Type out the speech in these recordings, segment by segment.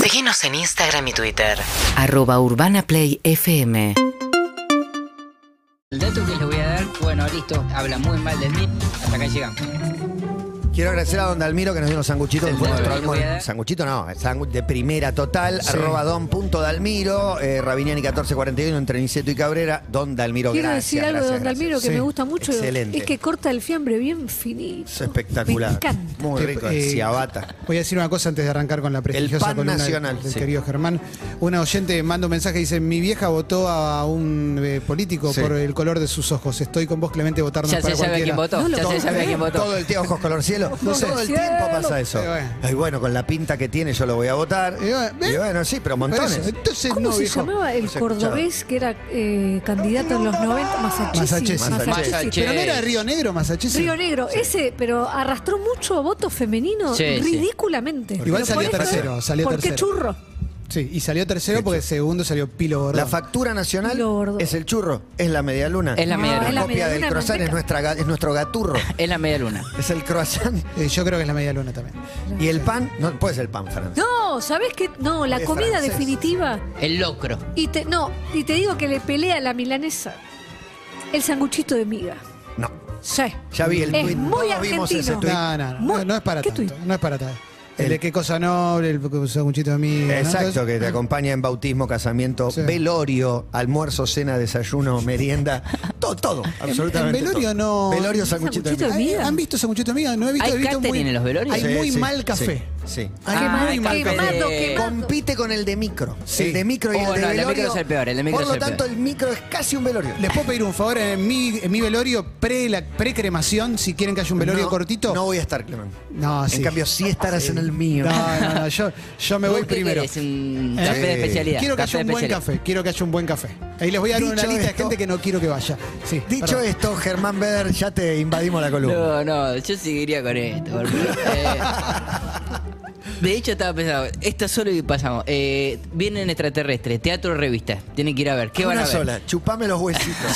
Seguinos en Instagram y Twitter. Arroba Urbana Play FM. El dato que les voy a dar, bueno, listo, habla muy mal de mí, hasta acá llegamos. Quiero agradecer a Don Dalmiro que nos dio unos sanguchitos. que fue nuestro almuerzo. Sanguchito no, sándwich de primera total. Arroba don.dalmiro, eh, Rabiniani 1441 entre Niceto y Cabrera. Don Dalmiro, Quiero gracias. decir algo de Don gracias, Dalmiro que gracias. me gusta mucho. Excelente. Es que corta el fiambre bien finito. Es espectacular. Me encanta. Muy rico, Eh, el ciabatta. Voy a decir una cosa antes de arrancar con la prestigiosa pan columna del- nacional, del, sí. querido Germán. Una oyente manda un mensaje y dice, mi vieja votó a un eh, político Sí. por el color de sus ojos. Estoy con vos, Clemente, votar no Ya es para se sabe a quién cualquiera". votó, No lo ya se puedo sabe a quién creer. votó. Todo el tiempo ojos color cielo. No sé. Todo el tiempo pasa eso. Eh, bueno. Ay, bueno, con la pinta que tiene yo lo voy a votar. Eh, bueno, Y bueno, sí, pero Por montones. eso, Entonces, ¿Cómo no, se viejo. llamaba el No se cordobés que era eh, candidato en los 90? Massachusetts. Massachusetts. Massachusetts. Massachusetts. Pero Pero no era Río Negro, Massachusetts. Río Negro, ese, pero arrastró mucho voto femenino Sí, sí. ridículamente. Igual Pero salió por eso- tercero, salió ¿Por qué tercero. churro? Sí, y salió tercero porque segundo salió Pilo Gordo. La factura nacional Lo gordo. es el churro, es la medialuna. Es la No, media es La luna. Ah, la- copia del medialuna croissant es, manteca. nuestra, ga- es nuestro gaturro. Es la media luna. Es el croissant. Eh, yo creo que es la media luna también. Y el pan, no puede ser el pan, Fran. No, ¿sabés qué? No, la Es comida francés. definitiva. El locro. Y te, no, y te digo que le pelea a la milanesa. El sanguchito de miga. No. Sí. Ya vi el Es tuit. muy Todos vimos argentino. ese tuit. No, no, no, Muy- no, no es para ¿Qué tanto. tuit? No es para tanto. El El- de qué cosa noble, el sanguchito de mí. ¿no? Exacto, Entonces, ah. que te acompaña en bautismo, casamiento, Sí. velorio, almuerzo, cena, desayuno, merienda, todo, todo, absolutamente. en velorio todo. no- Velorio sanguchito. de Sanguchito miga. de ¿Han visto sanguchito de mí? No he visto, ¿Hay he visto catering muy, en los velorios? Hay Sí, muy sí, mal café. Sí. sí. Hay Ah, muy hay mal café. café. Quemado, Eh, quemado. Compite con el de micro. Sí. El de micro y Oh, el de no, el de velorio. micro es el peor, el de micro Por es lo el tanto, peor. el micro es casi un velorio. ¿Les puedo pedir un favor en mi, en mi velorio pre la, cremación si quieren que haya un velorio No, cortito? No voy a estar, Clemen. No, sí. En cambio, sí estarás en el mío. No, no, no, yo, yo me voy primero. Es un Eh, café de especialidad. Quiero que café haya un de buen especialidad. café, quiero que haya un buen café. Ahí les voy a dar Dicho una lista de esto- gente que no quiero que vaya. Sí, Dicho perdón. esto, Germán Beder, ya te invadimos la columna. No, no, yo seguiría con esto. por favor. Eh, de hecho, estaba pensando, esta solo y pasamos. Eh, vienen extraterrestres, teatro revista. Tienen que ir a ver. ¿Qué Una van a ver? sola, chupame los huesitos.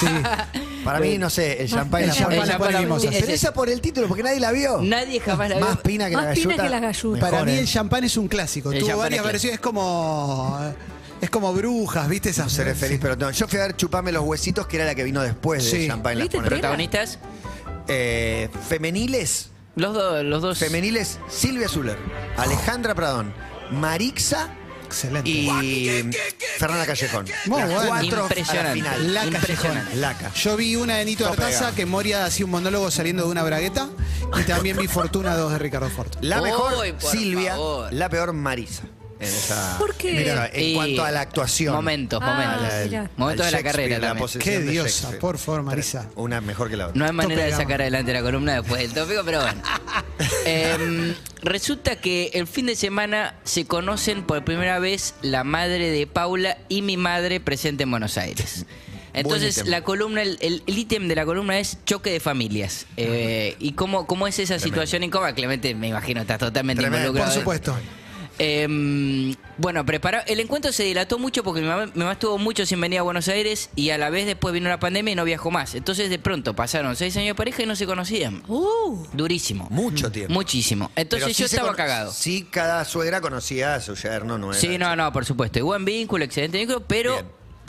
Para mí, no sé, el champagne El la champagne ponemos. la ponemos. Pero esa por el título, porque nadie la vio. Nadie jamás la Más vio. pina que la Más galluta. pina que la galluta. mejor, Para mí ¿eh? el champán es un clásico. El Tuvo champán es varias clásico. versiones, es como es como brujas, ¿viste esas? Seré feliz, pero no. Yo fui a ver Chupame los huesitos, que era la que vino después de Sí. Champagne la ¿Viste? ponemos. Protagonistas, Eh, femeniles, los, dos los dos. femeniles, Silvia Zuller, Alejandra Pradón, Marixa Excelente. y Fernanda Callejón. Muy Las bueno. cuatro a la Impresionante. final. La Impresionante. callejona. Laca. Yo vi una de Nito No Artaza pega. que Moria hacía un monólogo saliendo de una bragueta. Y también vi Fortuna 2 de Ricardo Ford. La mejor Uy, por Silvia, favor. la peor Marisa. En esa, ¿Por qué? Mira, en Y- cuanto a la actuación. Momentos, Ah, momentos. Al- mirá. Momentos al de la Shakespeare, carrera también. posesión Qué de diosa, Shakespeare. por favor, Marisa. Una mejor que la otra. No hay manera de Tope de sacar adelante la columna después del tópico, pero bueno. Em, resulta que el fin de semana se conocen por primera vez la madre de Paula y mi madre presente en Buenos Aires. Entonces, ítem. la columna, el- el el ítem de la columna es choque de familias. Eh, ¿Y cómo, cómo es esa situación incómoda? Clemente, me imagino, estás totalmente Tremendo. Por involucrado. supuesto. Eh, bueno, prepara el encuentro se dilató mucho porque mi mamá, mi mamá estuvo mucho sin venir a Buenos Aires y a la vez después vino la pandemia y no viajó más. Entonces de pronto pasaron seis años de pareja y no se conocían. Uh, Durísimo. Mucho tiempo. Muchísimo. Entonces Pero sí yo se estaba cono- cagado. Sí, cada suegra conocía a su yerno nuevo. Sí, no, no, por supuesto. Y buen vínculo, excelente vínculo, pero Bien.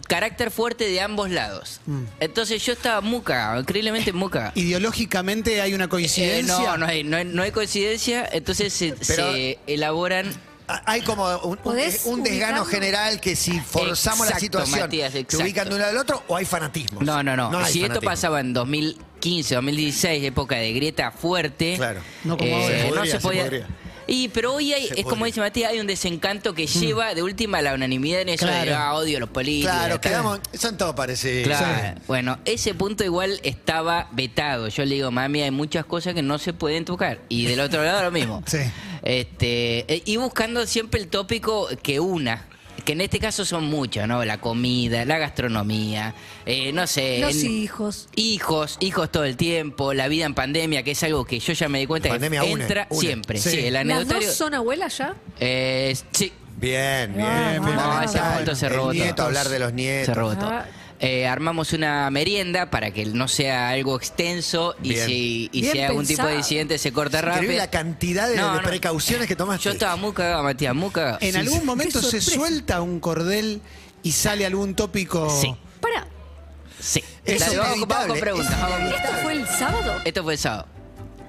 carácter fuerte de ambos lados. Entonces yo estaba muy cagado, increíblemente muy cagado. Ideológicamente hay una Eh, coincidencia. no, no hay, no, hay, no hay coincidencia, entonces se, Pero- se elaboran Ah, Hay como un, un, ¿Podés un desgano ubicarlo? general que si forzamos la Exacto, situación, Matías, te exacto. ubican de un lado al otro o hay fanatismo. No, no, no. hay si esto fanatismo. pasaba en 2015, 2016, época de grieta fuerte, eh, Claro. No como ahora. Se no podría, se se podía. podría. y pero hoy hay, Se es como podría. dice Matías, hay un desencanto que lleva de última a la unanimidad en eso de Mm. Claro. ah, odio a los políticos. Claro, tal. quedamos, son todos parecidos. Claro. Bueno, ese punto igual estaba vetado. Yo le digo, mami, hay muchas cosas que no se pueden tocar. Y del otro lado lo mismo. Sí. Este, eh, y buscando siempre el tópico que una. Que en este caso son muchos, ¿no? La comida, la gastronomía, eh, no sé. los en- hijos. Hijos, hijos todo el tiempo, la vida en pandemia, que es algo que yo ya me di cuenta La que pandemia une, entra une. siempre. Sí, Sí. el ¿Las dos anecdotario. son abuelas ya? Eh, sí. Bien, bien. Ah, fundamental. Eh, ese punto se El robó nieto, todo. hablar de los nietos. Se robó todo. Ah. eh, armamos una merienda para que no sea algo extenso y Bien. si, y si Bien hay algún tipo de pensado. incidente se corta Increíble rápido. la cantidad de, No, de no. precauciones que tomaste. Yo estaba muy cagado, Matías, muy cagado. ¿En Sí, algún sí. momento Qué se sorpresa. suelta un cordel y sale algún tópico? Sí. Para, Sí. Es Dale, vamos, vamos con inevitable, preguntas. es vamos con- ¿esto fue el sábado? Esto fue el sábado.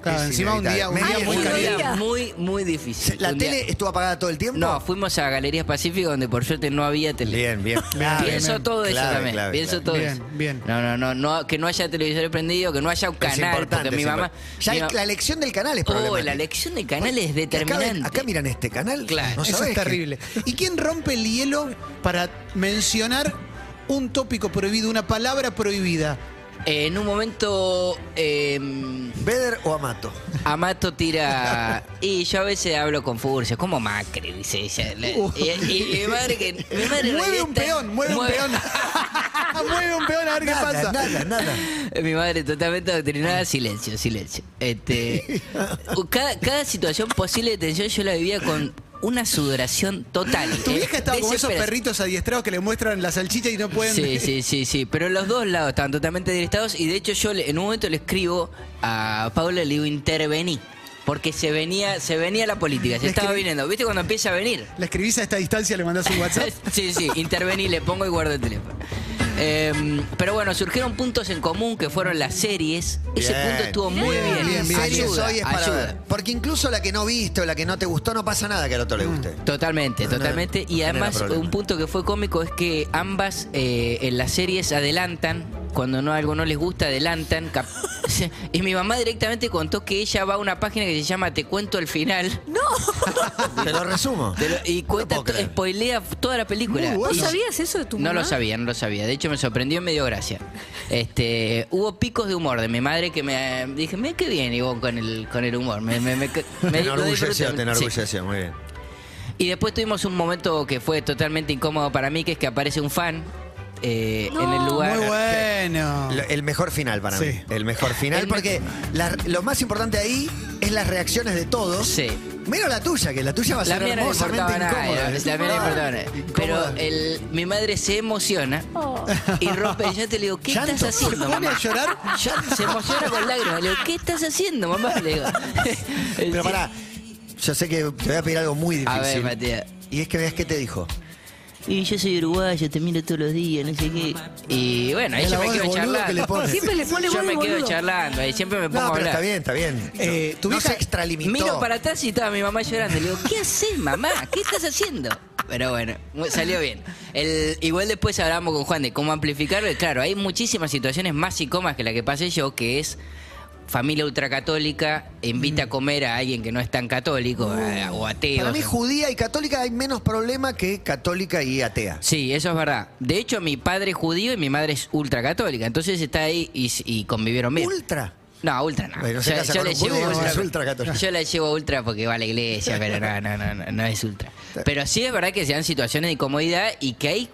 Claro, Es encima un día, un inevitable. día Medio muy día. un caliente. día muy, muy difícil. Se- ¿La Un día- tele estuvo apagada todo el tiempo? No, fuimos a Galerías Pacífico donde por suerte no había tele. Bien, bien. Clave, Pienso bien. todo eso Clave, también. clave, pienso clave. todo Bien, eso. bien. No, no, no, no, que no haya televisor prendido, que no haya un Pero es canal, importante, porque mi es mamá. importante. Ya mi el- ma- la elección del canal es Oh, problemática. la elección de canal es Que acá ven- determinante. Acá, miran este canal. Claro. no Eso sabés es que- terrible. ¿Y quién rompe el hielo para mencionar un tópico prohibido, una palabra prohibida? Eh, en un momento, eh, ¿Beder o Amato? Amato tira. Y yo a veces hablo con Furcio, como Macri, dice ella. La- Uh. Y, y- y mi madre que. Mi madre en Mueve realidad un está- peón, mueve un peón. mueve un peón a ver qué nada, pasa. nada, nada. Mi madre totalmente adoctrinada, silencio, silencio. Este, u- cada, cada situación posible de tensión yo la vivía con una sudoración total. Ah, Tu eh, vieja estaba como esos desesperación. perritos adiestrados que le muestran la salchicha y no pueden. Sí, sí, sí, sí. Pero los dos lados estaban totalmente directados y de hecho yo le- en un momento le escribo a Paula y le digo intervení. Porque se venía, se venía la política, se Le estaba escribí- viniendo. ¿Viste cuando empieza a venir? La escribís a esta distancia, le mandás un WhatsApp. sí, sí, intervení, le pongo y guardo el teléfono. Eh, pero bueno, surgieron puntos en común que fueron las series. Ese Bien. punto estuvo muy Bien, bien. bien, bien. Series Ayuda, hoy es para ayuda. ver. Porque incluso la que no viste o la que no te gustó, no pasa nada que al otro Mm. le guste. Totalmente, No, totalmente. no y era además, problema. un punto que fue cómico es que ambas eh, en las series adelantan. Cuando no algo no les gusta, adelantan. cap- Y mi mamá directamente contó que ella va a una página que se llama Te cuento el final. Te lo resumo. Te lo- y cuenta, puedo to- creer. Uh, spoilea toda la película. Muy ¿Vos bueno. sabías eso de tu No mamá? lo sabía, no lo sabía. De hecho, me sorprendió y me dio gracia. Este, hubo picos de humor de mi madre que me dije, mira qué bien, Ivonne, con el, con el humor. Me, me, me- me- Te lo disfruté. enorgulleció, te Sí. enorgulleció, muy bien. Y después tuvimos un momento que fue totalmente incómodo para mí, que es que aparece un fan eh, No. en el lugar. Muy bueno. Lo- El mejor final para Sí. mí. El mejor final, El me- porque la- lo más importante ahí es las reacciones de todos. Sí. Menos la tuya, que la tuya va a La ser mía no le hermosamente "Ah, importaba nada, la incómoda. mía no le importaba nada. Pero eh, Incómoda. el- mi madre se emociona Oh. y rompe. Y yo te le digo, ¿qué Llanto. estás ¿Se haciendo, pone mamá? a llorar? Yo- se emociona con lágrimas. Le digo, ¿qué estás haciendo, mamá? Le digo. Pero pará, yo sé que te voy a pedir algo muy difícil. A ver, Matías. Y es que veas qué te dijo. Y yo soy uruguayo, te miro todos los días, no sé qué. Y bueno, ahí Mira yo la me voz de quedo boludo que le charlando. pone. Siempre le pone Yo voz de me quedo boludo. charlando, ahí siempre me pongo a No, pero hablar. está bien, está bien. Eh, tu no vieja- se extralimitó. Miro para atrás y estaba mi mamá llorando. Le digo, ¿qué haces, mamá? ¿Qué estás haciendo? Pero bueno, mu- salió bien. El- igual después hablamos con Juan de cómo amplificarlo. Y claro, hay muchísimas situaciones más y comas que la que pasé yo, que es familia ultracatólica invita a comer a alguien que no es tan católico a- o ateo. Mm. Uh, Para mí, judía y católica hay menos problema que católica y atea. Sí, eso es verdad. De hecho, mi padre es judío y mi madre es ultracatólica. Entonces está ahí y, s- y convivieron bien. Ultra. No, ultra no. Bueno, se casa con le un judío, llevo es ultracatólico. Yo la llevo ultra porque va a la iglesia, pero no, no, no, no, no es ultra. Pero sí es verdad que se dan situaciones de incomodidad y que hay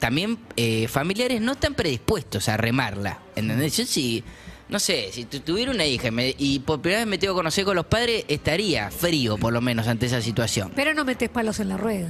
también eh, familiares no tan predispuestos a remarla. ¿Entendés? Yo sí. No sé, si tu- tuviera una hija y, me- y por primera vez me tengo que conocer con los padres, estaría frío por lo menos ante esa situación. Pero no metes palos en la rueda.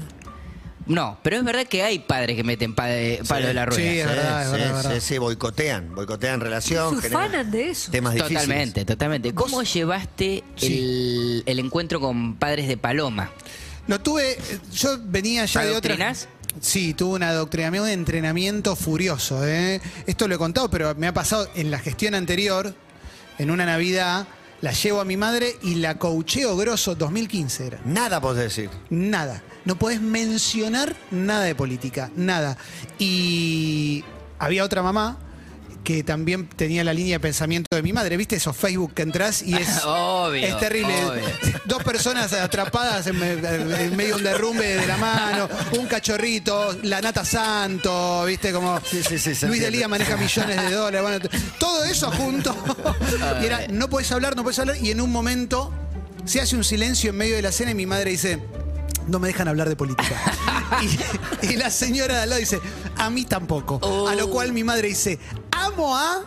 No, pero es verdad que hay padres que meten pa- eh, palo de la rueda. sí, es verdad, es sí, verdad, es sí, verdad. sí, boicotean, boicotean relación. Se generan ufanan de eso. Temas difíciles. Totalmente, totalmente. ¿Cómo llevaste el, el encuentro con padres de Paloma? Lo tuve, eh, yo venía ya de otra. ¿Adoctrinás? Sí, tuve un adoctrinamiento, un entrenamiento furioso. ¿eh? Esto lo he contado, pero me ha pasado en la gestión anterior, en una Navidad, la llevo a mi madre y la coacheo grosso, 2015 era. Nada podés decir. Nada. No podés mencionar nada de política, nada. Y había otra mamá que también tenía la línea de pensamiento de mi madre. ¿Viste esos Facebook que entras y es... Obvio. Es terrible. obvio. Dos personas atrapadas en, me- en medio de un derrumbe de la mano, un cachorrito, la nata santo, viste como Sí, sí, sí, se Luis de entiende. Lía maneja millones de dólares. bueno, t- todo eso junto. y era, no podés hablar, no podés hablar. Y en un momento se hace un silencio en medio de la cena y mi madre dice. No me dejan hablar de política. Y, y la señora de al lado dice, a mí tampoco. A Oh. lo cual mi madre dice, amo a...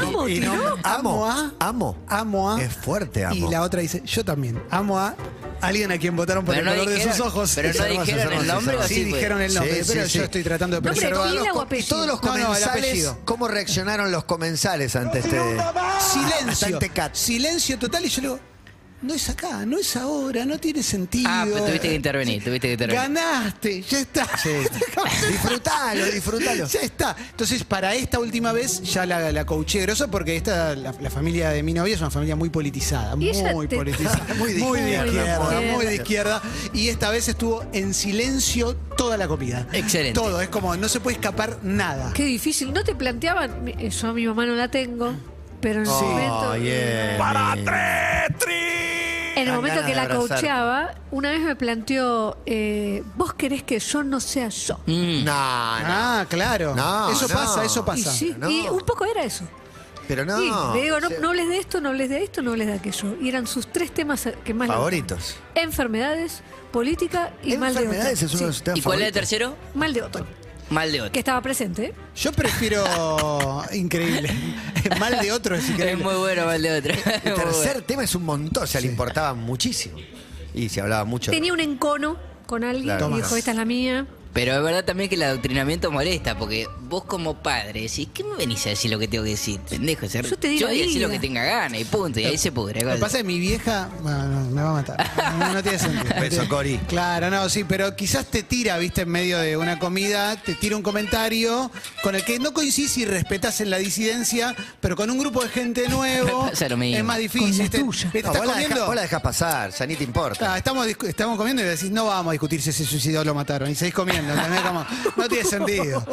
Amo, Y no- tiró. amo, Amo a- amo. Amo a. Es fuerte, amo. Y la otra dice, yo también. Amo a. alguien a quien votaron por Pero el no color de sus dijeron- ojos. pero no Esa hermosa, dijeron esa el hermosa. nombre, ¿o Sí, sí, dijeron el nombre, Sí, pero sí, yo sí. estoy tratando de No, pero preservarlo. pila o Co- Y apellido. todos los No, no, el comensales, apellido. ¿cómo reaccionaron los comensales ante este Silencio. Bastante cat. Silencio total. Y yo le digo, no es acá, no es ahora, no tiene sentido. Ah, pero tuviste que intervenir, tuviste que intervenir. Ganaste, ya está. Sí. disfrutalo, disfrutalo. Ya está. Entonces, para esta última vez ya la, la coaché grosso porque esta, la, la familia de mi novia es una familia muy politizada. Y ella Muy te- politizada. Muy de izquierda, muy muy de de izquierda. Y esta vez estuvo en silencio toda la comida. Excelente. Todo, es como no se puede escapar nada. Qué difícil. No te planteaban. mi- eh, Yo a mi mamá no la tengo. Pero en el momento. Oh, yeah. En el Dan momento ganas que de la abrazar. coacheaba, una vez me planteó, eh, vos querés que yo no sea yo. Mm. No, no. Ah, claro. No, eso no. pasa, eso Y, pasa. sí, no. y un poco era eso. Pero Y no. le digo, no, Sí. no hables de esto, no hables de esto, no hables de aquello. Y eran sus tres temas que más le Favoritos. gustaban. Enfermedades, política y mal de otro. Enfermedades es uno de los Sí, temas ¿Y cuál es el favoritos. tercero? Mal de otro. Mal de Que otro. estaba presente. ¿eh? Yo prefiero increíble. Mal de otro es Es increíble. muy bueno, mal de otro. El Muy bueno. tercer tema es un montón, se le importaba muchísimo. Y se hablaba mucho. de- Tenía un encono con alguien Claro. y dijo, Tomás. esta es la mía. Pero es verdad también que el adoctrinamiento molesta, porque vos como padre decís, ¿qué me venís a decir lo que tengo que decir? Pendejo, o sea, Yo te di la voy a decir vida. lo que tenga gana y punto, y ahí se pudre. Lo que pasa es que mi vieja bueno, no, me va a matar. No, no tiene sentido. No Beso, tiene- Cori. Claro, no, sí, pero quizás te tira, viste, en medio de una comida, te tira un comentario con el que no coincidís y respetas en la disidencia, pero con un grupo de gente nuevo pasa lo mismo. es más difícil. Con la te- tuya. te No, estás vos, la dejás, comiendo- vos la dejás pasar, ya ni te importa. Ah, estamos, discu- estamos comiendo y decís, no vamos a discutir si se suicidó o lo mataron. Y seguís comiendo. ¿entendés? Como, no tiene sentido.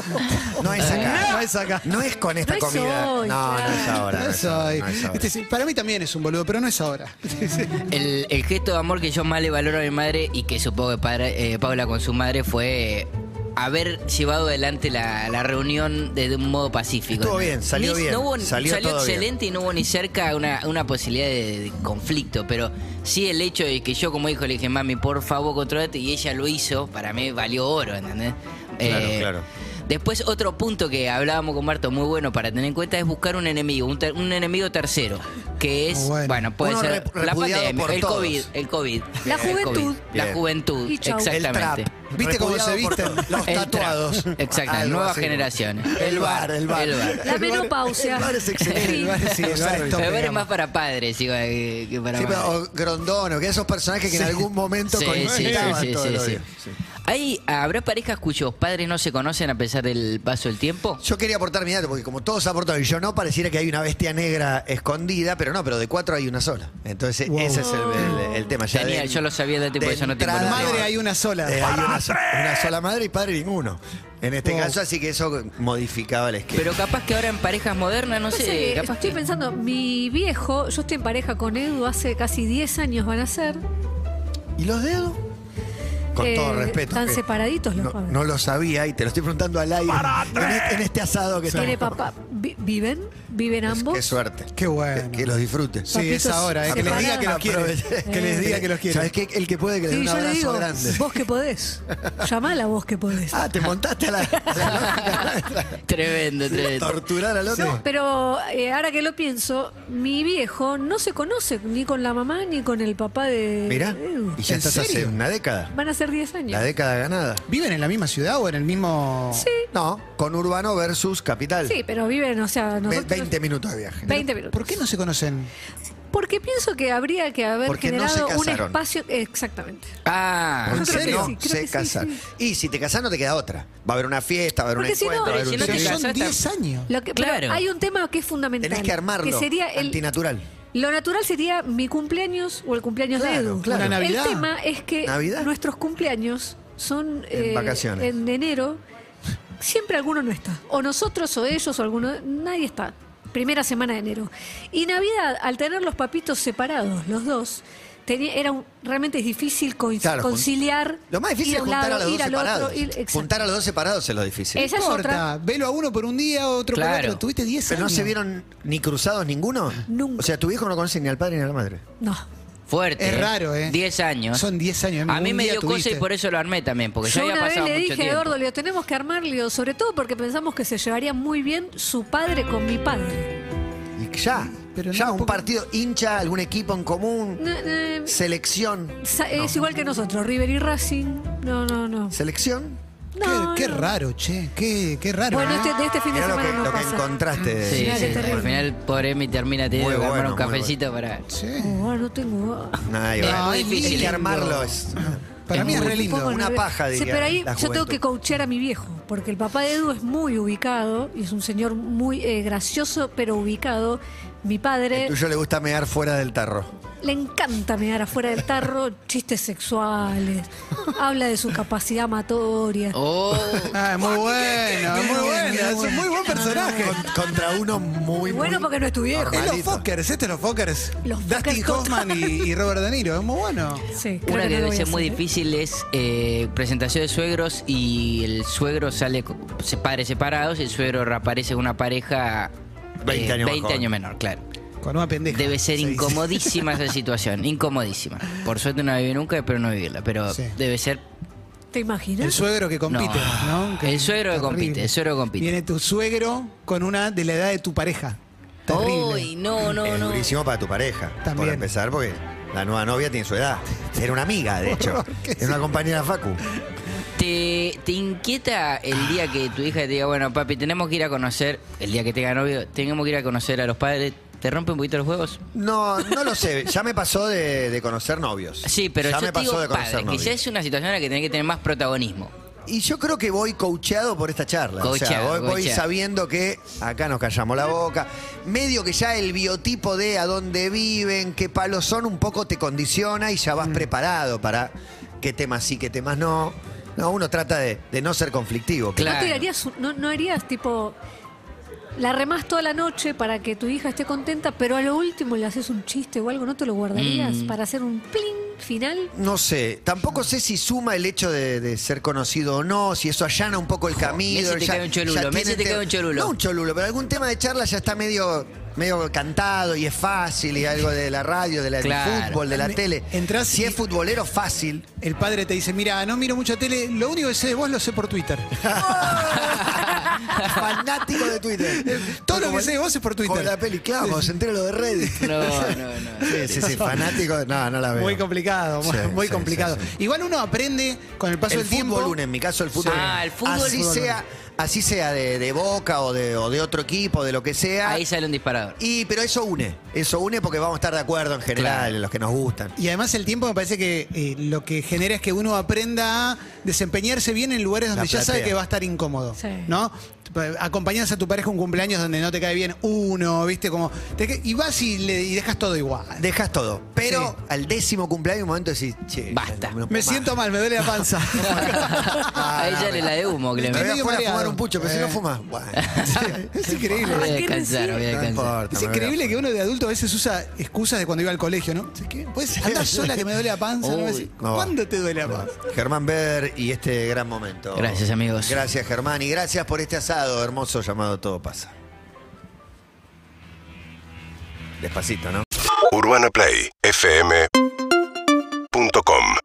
No es acá. No es acá. No es con esta No es comida. hoy, no, no es claro. ahora. No es ahora, Soy- no es ahora. Este, sí, para mí también es un boludo, pero no es ahora. El, el gesto de amor que yo más le valoro a mi madre y que supongo que padre- eh, Paula con su madre fue haber llevado adelante la, la reunión de, de un modo pacífico. Estuvo bien, salió Ni- bien, no hubo- salió todo bien. excelente y no hubo ni cerca una, una posibilidad de, de conflicto, pero sí el hecho de que yo como hijo le dije, mami, por favor, controlate, y ella lo hizo, para mí valió oro, ¿entendés? Eh, Claro, claro. Después otro punto que hablábamos con Marto, muy bueno para tener en cuenta, es buscar un enemigo, un, ter- un enemigo tercero, que es, Bueno. bueno, puede Uno ser rep- la repudiado pandemia, por el todos. COVID, el COVID. La el COVID, juventud. Bien. La juventud, Y chau. El trap. exactamente. ¿Viste cómo se Repudiado por visten todos. los El trap. tatuados? Exacto, Algo nuevas así. generaciones. El bar, el bar. El bar. La menopausia. El bar es excelente. Sí. El bar es- sí, el bar es Pero top, Pero digamos. es más para padres, igual, que que para Sí, pero- madres. o Grondona, que esos personajes que en algún momento Sí, sí, sí, conectaban sí, todo sí, lo sí. bien. ¿Hay, ¿Habrá parejas cuyos padres no se conocen a pesar del paso del tiempo? Yo quería aportar mi dato, porque como todos aportaron y yo no, pareciera que hay una bestia negra escondida, pero no, pero de cuatro hay una sola. Entonces, ese es el, el- el tema. Ya Tenía- de- yo lo sabía de antes, por eso no te entrada- involucré. Madre hay una sola. Ah, Eh, hay una, so- una sola madre y padre ninguno. En este Wow. caso, así que eso modificaba el esquema. Pero capaz que ahora en parejas modernas, no Pasa que sé, capaz estoy que- pensando, mi viejo, yo estoy en pareja con Edu hace casi 10 años van a ser. ¿Y los dedos? Con Eh, todo respeto. están que separaditos los no, jóvenes. no lo sabía y te lo estoy preguntando al aire. En, e- en este asado que Tiene estamos. papá. Vi- ¿Viven? ¿Viven Es- ambos? Qué suerte. Qué bueno. Que, que los disfruten. Sí, es ahora. Ah, eh, Que les diga que los quiere. Que les diga que los quiere. ¿Sabes Eh. qué? El que puede que le dé Sí, un yo le abrazo digo, grande. vos que podés. Llamala vos que podés. Ah, te montaste a la, a la lógica Tremendo, de tremendo. torturar al otro. Pero eh, ahora que lo pienso, mi viejo no se conoce ni con la mamá ni con el papá de Mirá, Edu. y ya ¿En estás hace serio? una década. Van a ser 10 años. La década ganada. ¿Viven en la misma ciudad o en el mismo.? Sí, No, con Urbano versus Capital. sí, pero viven, o sea, Ve- nosotros... 20 minutos de viaje. 20 minutos. ¿Por qué no se conocen? Porque pienso que habría que haber Porque no generado se un casaron. espacio... Exactamente. Ah, Yo Porque creo que no sí, creo que se sí, casan. sí. Y si te casás no te queda otra. Va a haber una fiesta, va a haber Porque un si no- encuentro, va a Pero haber un si no te Pero desayuno. casás, son está- 10 años. Lo que, pero Claro. hay un tema que es fundamental. Tenés que armarlo. Que sería el, Antinatural. lo natural sería mi cumpleaños o el cumpleaños de Claro, Edu. claro. Una Navidad. El tema es que Navidad. nuestros cumpleaños son eh, En vacaciones. en enero. Siempre alguno no está. O nosotros o ellos o alguno. Nadie está. Primera semana de enero. Y Navidad, al tener los papitos separados, los dos, tenía- era un- realmente es difícil coinc- Claro, jun- conciliar. Lo más difícil ir es a un juntar lado, a los dos ir al separados. otro. ir- exacto. juntar a los dos separados es lo difícil. Esa es otra. Corta. Velo a uno por un día, otro por Claro. otro. Tuviste 10 años. Pero no se vieron ni cruzados ninguno. Nunca. O sea, tu viejo no conoce ni al padre ni a la madre. No. fuerte. Es raro, ¿eh? 10 años. Son 10 años. A mí Un me día dio cosa y tuviste. por eso lo armé también, porque Yo ya había una vez pasado le mucho dije a tiempo. Eduardo, le digo, tenemos que armar, le digo, sobre todo porque pensamos que se llevaría muy bien su padre con mi padre. Y ya. pero Ya no, un porque- partido hincha, algún equipo en común, No, eh, selección. sa- Es igual que nosotros, River y Racing. No, no, no. ¿Selección? Qué, No, qué no. raro, che. Qué, qué raro. Bueno, este, de este fin de Era lo semana que, no lo que pasa. encontraste. Sí, Mirá, sí, qué terrible. al final, pobre Emi termina teniendo Muy que armar bueno, un muy cafecito para. Che. Oh, no tengo. Ay, Es bueno. muy difícil. Es que armarlo es. Para Es mí es muy re lindo. Pongo una nervio- paja, Sí, diría pero ahí la yo tengo juventud. que coachear a mi viejo, porque el papá de Edu es muy ubicado y es un señor muy eh, gracioso, pero ubicado. Mi padre Tuyo le gusta mear fuera del tarro. le encanta mirar afuera del tarro chistes sexuales, habla de su capacidad amatoria. ¡Oh! Ah, muy bueno, muy bueno. Es un muy buen personaje. Con- contra uno muy Y bueno, muy porque no es tu viejo. Es los normalito. Fockers, este es los Fockers. Los Dustin Fockers contra- Hoffman y, y Robert De Niro, es muy bueno. Sí, Una creo que que no lo debe voy a ser muy hacer, ¿eh? difícil es eh, presentación de suegros y el suegro sale co- se- padres separados y el suegro reaparece con una pareja 20 años más 20 joven. años menor, claro. Con una pendeja. Debe ser se dice. incomodísima esa situación, incomodísima. Por suerte no la viví nunca, espero no vivirla, pero Sí. debe ser... ¿Te imaginas? El suegro que compite, ¿no? No. Que- El suegro que terrible. compite, el suegro que compite. Viene tu suegro con una de la edad de tu pareja. Terrible. ¡Uy! No, no, es no. durísimo para tu pareja. Por También. empezar, porque la nueva novia tiene su edad. Era una amiga, de hecho. Era una compañera Facu. ¿Te, te inquieta el día que tu hija te diga, bueno, papi, tenemos que ir a conocer, el día que tenga novio, tenemos que ir a conocer a los padres? ¿Te rompe un poquito los huevos? No, no lo sé. Ya me pasó de, de conocer novios. Sí, pero ya yo me te pasó digo de conocer padre, que novios. ya es una situación en la que tenés que tener más protagonismo. Y yo creo que voy coacheado por esta charla. O sea, Coacheado, voy, voy coacheado. sabiendo que acá nos callamos la boca. Medio que ya el biotipo de a dónde viven, qué palos son, un poco te condiciona y ya Mm. vas preparado para qué temas sí, qué temas no. No, uno trata de, de no ser conflictivo. pero- Claro. ¿No, te harías, un- no, no harías tipo... La remás toda la noche para que tu hija esté contenta, pero a lo último le haces un chiste o algo, ¿no te lo guardarías para hacer un pling final? No sé, tampoco sé si suma el hecho de, de ser conocido o no, si eso allana un poco el camino. Oh, Messi te ya- cae un cholulo, ya Messi tienen te te- cae un cholulo. No un cholulo, pero algún tema de charla ya está medio, medio cantado y es fácil y algo de la radio, de la, del Claro. fútbol, de la Me- tele. entras si y- es futbolero, fácil. El padre te dice, mira, no miro mucha tele, lo único que sé de vos lo sé por Twitter. Fanático de Twitter. Todo lo Como- que sé de vos es por Como Twitter. la peli, claro, cuando se entera lo de Reddit. No, no, no. Sí, sí, sí, fanático. No, no la veo. Muy complicado, Sí, muy sí, complicado. sí, sí. Igual uno aprende con el paso el del tiempo. fútbol une, en mi caso el fútbol. Ah, une. el fútbol. Así Fútbol sea, así sea de, de Boca o de, o de otro equipo, de lo que sea. Ahí sale un disparador. Y pero eso une, eso une porque vamos a estar de acuerdo en general, Claro. en los que nos gustan. Y además el tiempo me parece que eh, lo que genera es que uno aprenda a desempeñarse bien en lugares donde ya platea. sabe que va a estar incómodo, Sí. ¿no? Pa- Acompañás a tu pareja a un cumpleaños donde no te cae bien uno, ¿viste? Como te que- y vas y, le, y dejas todo igual. Dejas todo, pero Sí. al décimo cumpleaños un momento decís, che, Basta. no puedo me más. siento mal, me duele la panza. Ah, A ella le la de humo, Me Clemente. voy Estoy medio afuera a fumar mareado. un pucho, pero si Eh. no fumas, bueno. es increíble. Voy a ¿Qué descansar, voy a No descansar. importa, Es me voy increíble afuera. que uno de adulto a veces usa excusas de cuando iba al colegio, ¿no? Pues andar sola que me duele la panza. ¿no? Uy, Decís, no. ¿Cuándo te duele la panza? Germán Ver y este gran momento. Gracias, amigos. Gracias, Germán, y gracias por este asado hermoso llamado Todo pasa. Despacito, ¿no? UrbanaPlayFM.com